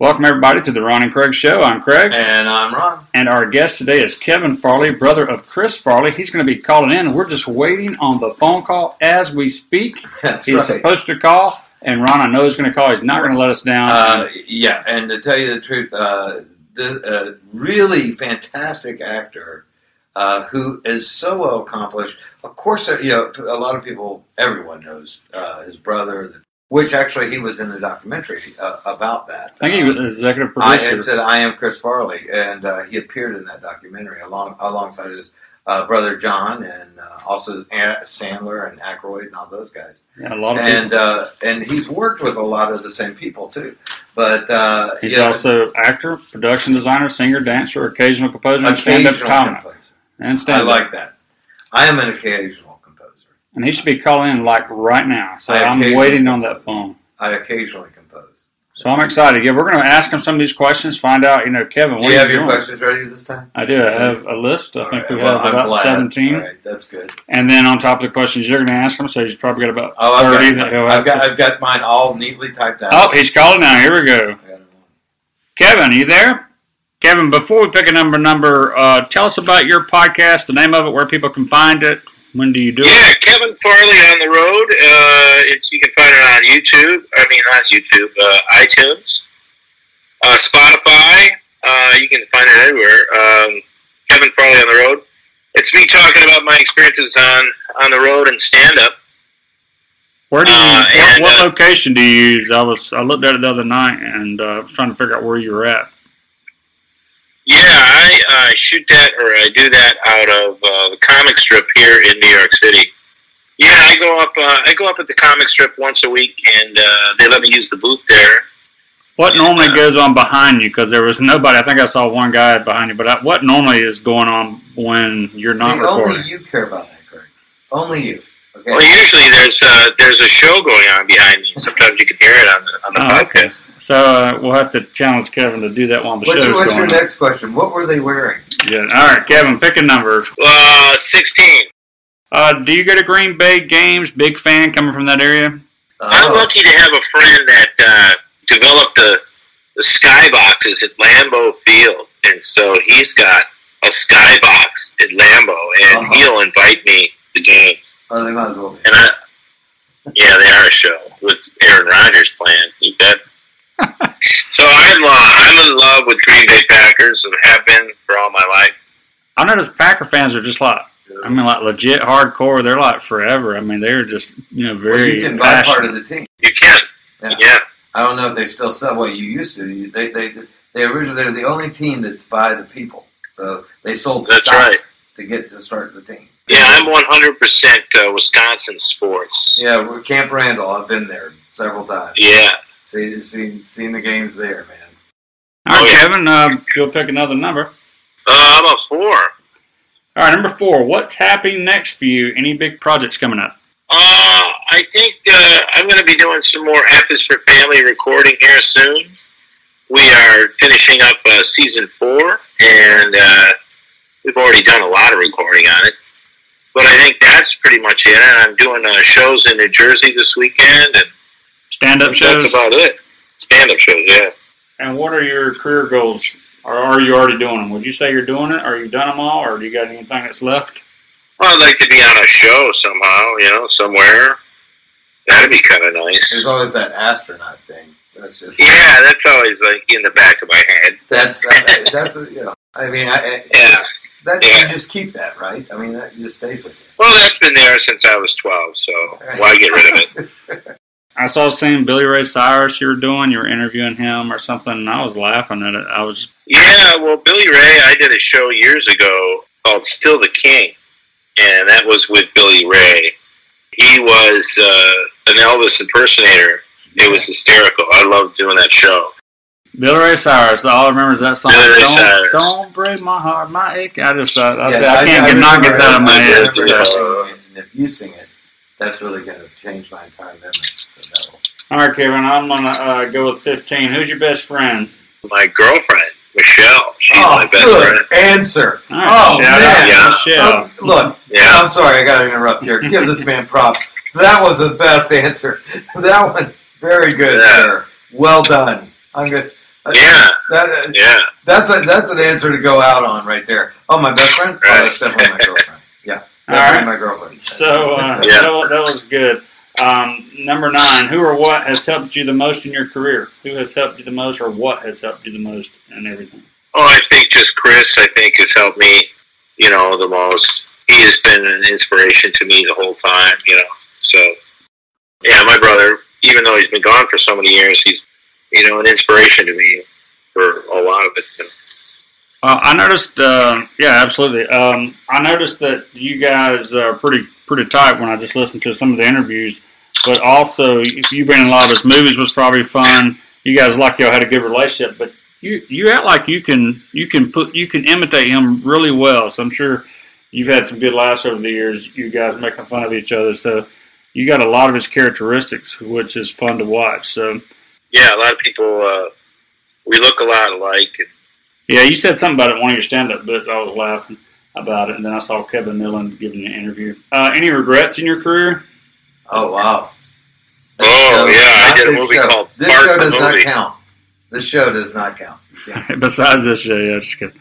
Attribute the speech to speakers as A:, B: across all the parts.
A: Welcome, everybody, to the Ron and Craig Show. I'm Craig.
B: And I'm Ron.
A: And our guest today is Kevin Farley, brother of Chris Farley. He's going to be calling in. We're just waiting on the phone call as we speak.
B: That's
A: He's supposed to call, and Ron, I know, is going to call. He's not going to let us down.
B: Uh, yeah, and to tell you the truth, uh, the uh, really fantastic actor uh, who is so well accomplished. Of course, uh, you know a lot of people, everyone knows uh, his brother, which actually he was in the documentary uh, about that.
A: I think he was the executive
B: I
A: producer.
B: had said I am Chris Farley, and uh, he appeared in that documentary along alongside his uh, brother John, and uh, also Ann- Sandler and Aykroyd and all those guys.
A: Yeah, a lot of people.
B: And uh, and he's worked with a lot of the same people too. But uh,
A: He's
B: you know,
A: also actor, production designer, singer, dancer, occasional composer, and stand-up
B: occasional
A: comic.
B: composer.
A: And
B: I
A: stand-up.
B: like that. I am an occasional composer.
A: and he should be calling in like right now. So
B: I
A: I'm
B: occasionally-
A: waiting on that phone.
B: I occasionally compose.
A: So I'm excited. Yeah, we're going to ask him some of these questions. Find out, you know, Kevin.
B: Do
A: what
B: you
A: are
B: have your
A: doing?
B: questions ready this time?
A: I do. I have a list. I
B: All
A: think
B: right,
A: we
B: well,
A: have
B: I'm
A: about
B: glad.
A: 17.
B: All right, that's good.
A: And then on top of the questions you're going to ask him, so he's probably got about
B: Oh, I've
A: 30
B: got,
A: that he'll have.
B: I've got,
A: to-
B: I've got mine all neatly typed out.
A: oh, he's calling now. Here we go.
B: I got them all.
A: Kevin, you there? Kevin, before we pick a number, number, uh, tell us about your podcast, the name of it, where people can find it. When do you do
C: Yeah, Kevin Farley on the road. Uh, it's, you can find it on YouTube. I mean, not YouTube, uh, iTunes, uh, Spotify. Uh, you can find it anywhere. Um, Kevin Farley on the road. It's me talking about my experiences on on the road and stand up.
A: it? Where do you?
C: uh,
A: what,
C: and,
A: what
C: uh,
A: location do you use? I was I looked at it the other night and uh, I was trying to figure out where you were at.
C: Yeah, I uh, shoot that or I do that out of uh, the comic strip here in New York City. Yeah, I go up. Uh, I go up at the comic strip once a week, and uh, they let me use the booth there.
A: What normally
B: uh,
A: goes on behind you? Because there was nobody. I think I saw one guy behind you. But I, what normally is going on when you're not
B: See,
A: recording?
B: Only you care about that, Craig. Only you. Okay.
C: Well, usually there's a, there's a show going on behind me. Sometimes you can hear it on the on the
A: Oh, okay.
C: podcast.
A: So uh, we'll have to challenge Kevin to do that while the
B: what's
A: show's
B: your, what's
A: going.
B: your
A: on.
B: next question? What were they wearing?
A: Yeah. All right, Kevin, pick a number.
C: Uh, sixteen.
A: Uh, do you go to Green Bay games? Big fan coming from that area.
C: I'm
B: Oh,
C: lucky to have a friend that uh, developed the the skyboxes at Lambeau Field, and so he's got a skybox at Lambeau, and
B: Uh-huh.
C: he'll invite me to games.
B: oh, they might as well be.
C: And I, yeah, they are a show with Aaron Rodgers playing. You bet. so I'm uh, I'm in love with Green Bay Packers and have been for all my life.
A: I noticed Packer fans are just like, I mean, like legit hardcore. They're like forever. I mean, they're just you know
B: Well,
A: very
B: you can buy
A: passionate.
B: part of the team.
C: You can,
B: Yeah.
C: yeah.
B: I don't know if they still sell what you used to. You- They they they originally they're the only team that's by the people, so they sold
C: That's
B: stock
C: right.
B: to get to start the team.
C: Yeah, I'm 100% uh, Wisconsin sports.
B: Yeah, we're Camp Randall. I've been there several times.
C: Yeah.
B: See, seen seen the games there, man.
A: All right,
C: Oh, yeah.
A: Kevin, uh, you'll pick another number.
C: Uh, I'm a four.
A: All right, number four. What's happening next for you? Any big projects coming up?
C: Uh, I think uh, I'm going to be doing some more F is for Family recording here soon. We are finishing up uh, season four, and uh, we've already done a lot of recording on it. But I think that's pretty much it. And I'm doing uh, shows in New Jersey this weekend, and
A: Stand up shows.
C: that's about it. Stand up shows, yeah.
A: And what are your career goals? Or are you already doing them? Would you say you're doing it? Are you done them all? Or do you got anything that's left?
C: Well, I'd like to be on a show somehow, you know, somewhere. That'd be kind of nice.
B: There's always that astronaut thing. That's just
C: Yeah, that's always like in the back of my head.
B: that's uh, that's a, you know. I mean, I, I,
C: Yeah.
B: that you
C: Yeah.
B: just keep that, right? I mean, that just stays with you.
C: Well, that's been there since I was 12, so why get rid of it?
A: I saw seeing Billy Ray Cyrus you were doing, you were interviewing him or something, and I was laughing at it. I was
C: Yeah, well, Billy Ray, I did a show years ago called Still the King, and that was with Billy Ray. He was uh, an Elvis impersonator. It was hysterical. I loved doing that show.
A: Billy Ray Cyrus. All I remember is that song.
C: Billy Ray
A: don't,
C: Cyrus.
A: don't break my heart, my ache. I just uh, I,
B: Yeah,
A: I can't get,
B: remember
A: not get that out of my
B: I
A: head.
B: remember
C: so-
B: singing it, and if you sing it, that's really going to change my entire memory. So that will-
A: All right, Kevin, I'm gonna uh, go with 15. Who's your best friend?
C: My girlfriend, Michelle. She's
B: oh,
C: my best
B: good
C: friend.
B: answer.
A: All right,
B: oh
A: shout
B: man,
A: out to Michelle.
B: Um, look,
C: Yeah.
B: I'm sorry, I got to interrupt here. Give this man props. That was the best answer. That one, very good,
C: Yeah.
B: sir. Well done. I'm good. Uh,
C: Yeah.
B: That, uh,
C: Yeah.
B: that's a, that's an answer to go out on right there. Oh, my best friend. Oh, that's definitely my girlfriend. Yeah,
A: All
B: definitely
A: right.
B: my girlfriend.
A: So uh,
C: Yeah.
A: that, wa- that was good. Um, number nine, who or what has helped you the most in your career? Who has helped you the most, or what has helped you the most, and everything?
C: Oh, I think just Chris, I think, has helped me, you know, the most. He has been an inspiration to me the whole time, you know. So, yeah, my brother, even though he's been gone for so many years, he's, you know, an inspiration to me for a lot of it. you know.
A: Uh, I noticed, uh, yeah, absolutely. Um, I noticed that you guys are pretty pretty tight when I just listened to some of the interviews. But also, if you bring in a lot of his movies was probably fun. You guys like y'all had a good relationship, but you you act like you can you can put you can imitate him really well. So I'm sure you've had some good laughs over the years. You guys making fun of each other, so you got a lot of his characteristics, which is fun to watch. So
C: Yeah, a lot of people, uh, we look a lot alike.
A: Yeah, you said something about it in one of your stand-up bits. I was laughing about it, and then I saw Kevin Millen giving you an interview. Uh, any regrets in your career?
B: Oh wow.
C: Oh,
B: This show
C: yeah, I
B: does
C: did a
B: not-
C: movie
B: this show-
C: called
B: This
C: Bark
B: show
C: the
B: does not
C: Movie.
B: count. This show does not count. Yeah.
A: Besides this show, yeah, just kidding.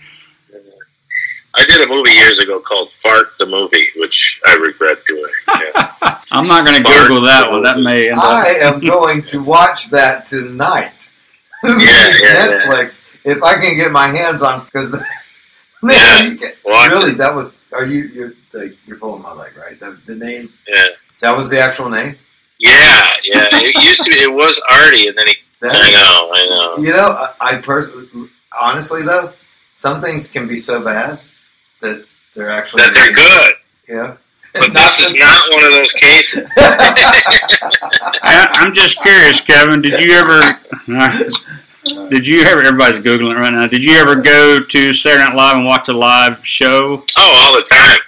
C: I did a movie years ago called Fart the Movie, which I regret doing. Yeah.
A: I'm not going to Google that one. That may
C: uh,
A: end up.
B: I am going to watch that tonight.
C: yeah, yeah.
B: Netflix, if I can get my hands on, because man,
C: Yeah,
B: you get-
C: watch
B: really,
C: it.
B: that was. Are you you're like, you're pulling my leg, right? The, the name
C: Yeah.
B: that was the actual name.
C: Yeah, yeah. It used to be. It was Artie, and then he.
B: That,
C: I know, I know.
B: You know, I, I personally, honestly though, some things can be so bad that they're actually
C: that they're good.
B: Yeah,
C: But
B: Not
C: this is
B: this-
C: not one of those cases.
A: I, I'm just curious, Kevin. Did you ever? did you ever? Everybody's googling it right now. Did you ever go to Saturday Night Live and watch a live show?
C: Oh, all the time.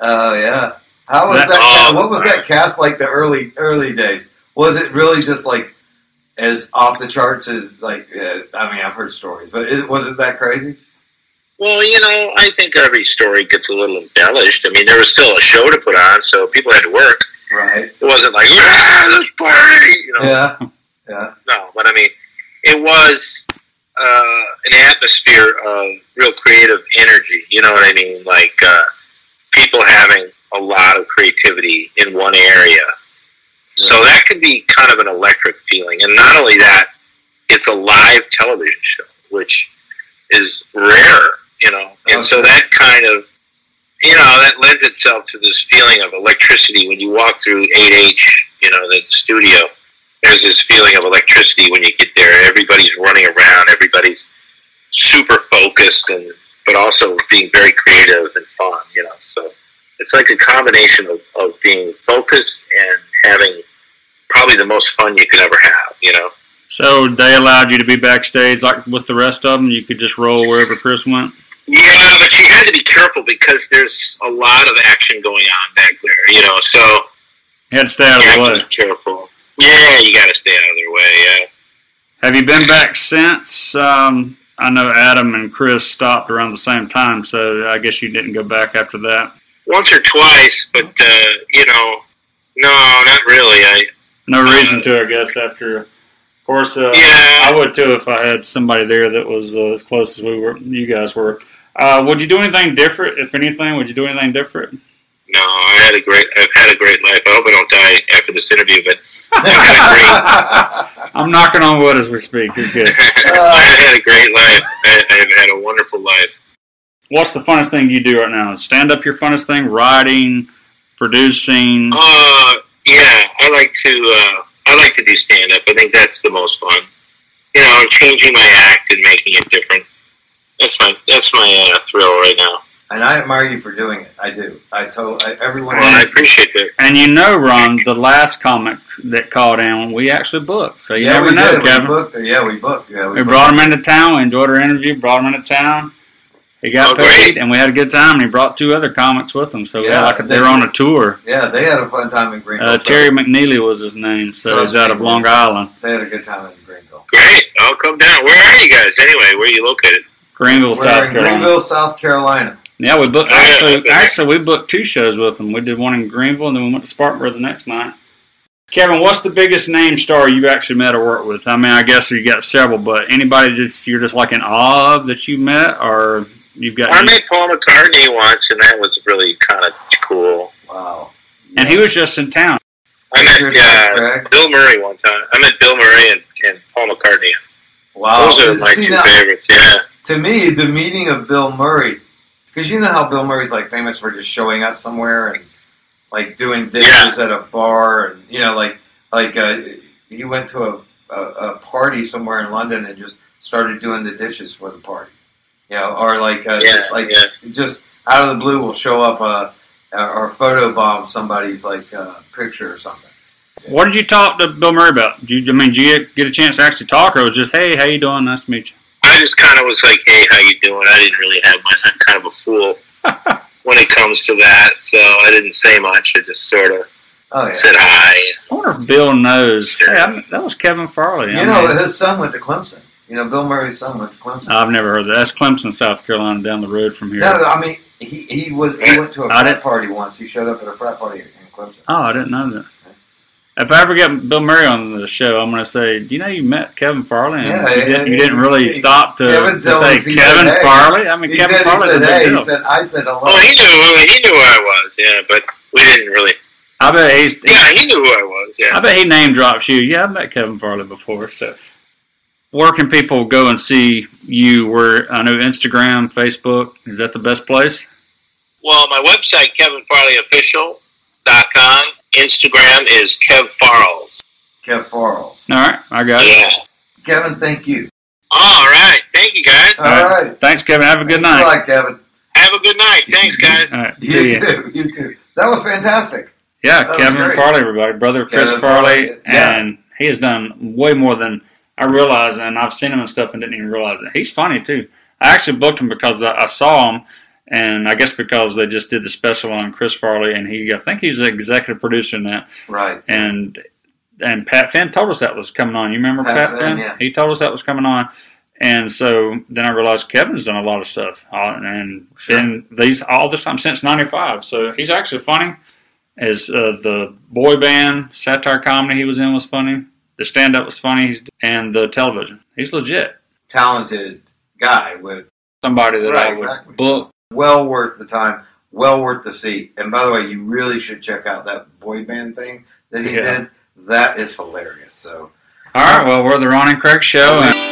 B: Oh yeah. How was
A: That-
B: that?
C: Oh,
B: what was that cast like the early early days? Was it really just like as off the charts as like? Uh, I mean, I've heard stories, but it, was it that crazy?
C: Well, you know, I think every story gets a little embellished. I mean, there was still a show to put on, so people had to work.
B: Right.
C: It wasn't like, yeah, this party, you know.
B: Yeah.
C: No, but I mean, it was uh, an atmosphere of real creative energy. You know what I mean? Like uh, people having a lot of creativity in one area. So that can be kind of an electric feeling. And not only that, it's a live television show, which is rare, you know. And so
B: Okay.
C: that kind of, you know, that lends itself to this feeling of electricity when you walk through 8H, you know, the studio. There's this feeling of electricity when you get there. Everybody's running around, everybody's super focused and but also being very creative and fun, you know. So it's like a combination of, of being focused and having probably the most fun you could ever have, you know.
A: So they allowed you to be backstage, like with the rest of them. You could just roll wherever Chris went.
C: Yeah, but you had to be careful because there's a lot of action going on back there, you know. So
A: You had to stay out
C: you
A: of the
C: have
A: way.
C: to be careful. Yeah, you got to stay out of their way. Yeah.
A: Have you been back since? Um, I know Adam and Chris stopped around the same time, so I guess you didn't go back after that.
C: Once or twice, but uh, you know, no, not really. I
A: No reason to, I guess. After, of course, uh,
C: yeah.
A: I would too if I had somebody there that was uh, as close as we were. You guys were. Uh, would you do anything different? If anything, would you do anything different?
C: No, I had a great. I've had a great life. I hope I don't die after this interview, but
A: I'm knocking on wood as we speak. You're good.
C: I've had a great life. I, I've had a wonderful life.
A: What's the funnest thing you do right now? Stand up. Your funnest thing: writing, producing.
C: Uh, yeah, I like to. Uh, I like to do stand up. I think that's the most fun. You know, changing my act and making it different. That's my. That's my uh, thrill right now.
B: and I admire you for doing it. I do. I told I, everyone.
C: Well, I appreciate that.
A: And you know, Ron, the last comic that called in, we actually booked. So you
B: yeah,
A: never
B: we
A: know,
B: did. We
A: Kevin.
B: booked. Yeah, we booked. Yeah, we,
A: We
B: booked.
A: brought him into town. We enjoyed our interview. Brought him into town. He got
C: Oh,
A: paid,
C: great.
A: and we had a good time. And he brought two other comics with him, so yeah,
B: Yeah,
A: like they
B: they-
A: were on a tour.
B: Yeah, they had a fun time in Greenville.
A: Uh,
B: so
A: Terry McNeely was his name, so he's out of Long Island,
B: They had a good time in Greenville.
C: Great. I'll come down. Where are you guys anyway? Where are you located?
A: Greenville,
B: We're
A: South
B: in
A: Carolina.
B: Greenville, South Carolina.
A: Yeah, we booked
C: Oh, yeah,
A: actually.
C: okay.
A: Actually, we booked two shows with them. We did one in Greenville, and then we went to Spartanburg the next night. Kevin, what's the biggest name star you've actually met or worked with? I mean, I guess you got several, but anybody just you're just like in awe of that you met, or you've got.
C: I met Paul McCartney once, and that was really kind of cool.
B: Wow.
A: and he was just in town.
C: I
B: Here's
C: met uh,
B: Craig.
C: Bill Murray one time. I met Bill Murray and, and Paul McCartney.
B: Wow.
C: Those are my
B: See,
C: two
B: now,
C: favorites. Yeah.
B: to me, the meeting of Bill Murray, because you know how Bill Murray's like famous for just showing up somewhere and like doing dishes at a bar, and you know, like like uh, he went to a, a a party somewhere in London and just started doing the dishes for the party, you know, or like uh,
C: Yeah,
B: just like
C: yeah.
B: just out of the blue will show up uh, or photo bomb somebody's like uh, picture or something.
A: What did you talk to Bill Murray about? Did you, I mean, did you get a chance to actually talk, or it was just, hey, how you doing? Nice to meet you.
C: I just kind of was like, "Hey, how you doing?" I didn't really have my. I'm kind of a fool when it comes to that, so I didn't say much. I just sort of
B: Oh yeah.
C: said hi.
A: I wonder if Bill knows. Hey, I, that was Kevin Farley. I
B: You know,
A: mean,
B: his son went to Clemson. You know, Bill Murray's son went to Clemson.
C: Oh,
A: I've never heard that. That's Clemson, South Carolina, down the road from here.
B: No, I mean he, he was he went to a
A: I
B: frat
A: didn't-
B: party once. He showed up at a frat party in Clemson.
A: Oh, I didn't know that. If I ever get Bill Murray on the show, I'm going to say, do you know you met Kevin Farley? And
B: Yeah,
A: you,
B: yeah,
A: didn't, you
B: yeah.
A: didn't really stop to,
B: Kevin
A: to
B: told
A: say
B: us, he
A: Kevin
B: said, "Hey."
A: Farley. I mean,
B: He
A: Kevin
B: said, he
A: Farley's a
B: said,
A: big
B: "Hey,"
A: deal.
B: he said, "I said hello."
C: Oh, he knew who he knew who I was. Yeah, but we didn't really.
A: I bet he's.
C: Yeah, he knew who I was.
A: I
C: Yeah,
A: bet he name drops you. Yeah, I met Kevin Farley before. So, where can people go and see you? Where I know Instagram, Facebook is that the best place?
C: Well, my website, kevinfarleyofficial.com. Instagram is Kev Farles.
B: Kev Farrells.
A: All right, I got it.
C: Yeah.
B: Kevin, thank you.
C: All right. Thank you, guys.
B: All right.
A: thanks, Kevin. Have a good night.
B: Good luck, Kevin.
C: Have a good night. Thanks, guys.
A: All right,
B: You
A: see ya.
B: too. You too. That was fantastic.
A: Yeah,
B: That was
A: Kevin
B: great.
A: Farley, everybody, brother of Chris
B: Kevin
A: Farley,
B: Farley, yeah.
A: and he has done way more than I realized, and I've seen him and stuff and didn't even realize it. He's funny too. I actually booked him because I, I saw him, and I guess because they just did the special on Chris Farley, and he I think he's an executive producer in that,
B: Right.
A: and and Pat Finn told us that was coming on. You remember Pat,
B: Pat
A: Finn?
B: Finn, yeah.
A: He told us that was coming on. And so then I realized Kevin's done a lot of stuff, uh, and
B: Sure.
A: and these all this time since '95. So he's actually funny. As uh, the boy band satire comedy he was in was funny, the stand up was funny, he's, and the television. He's legit.
B: Talented guy with
A: Somebody that I
B: Right,
A: would
B: exactly.
A: book.
B: well worth the time, well worth the seat. And by the way, you really should check out that boy band thing that he
A: Yeah.
B: did. That is hilarious. So
A: All right, well we're the Ron and Craig show. And-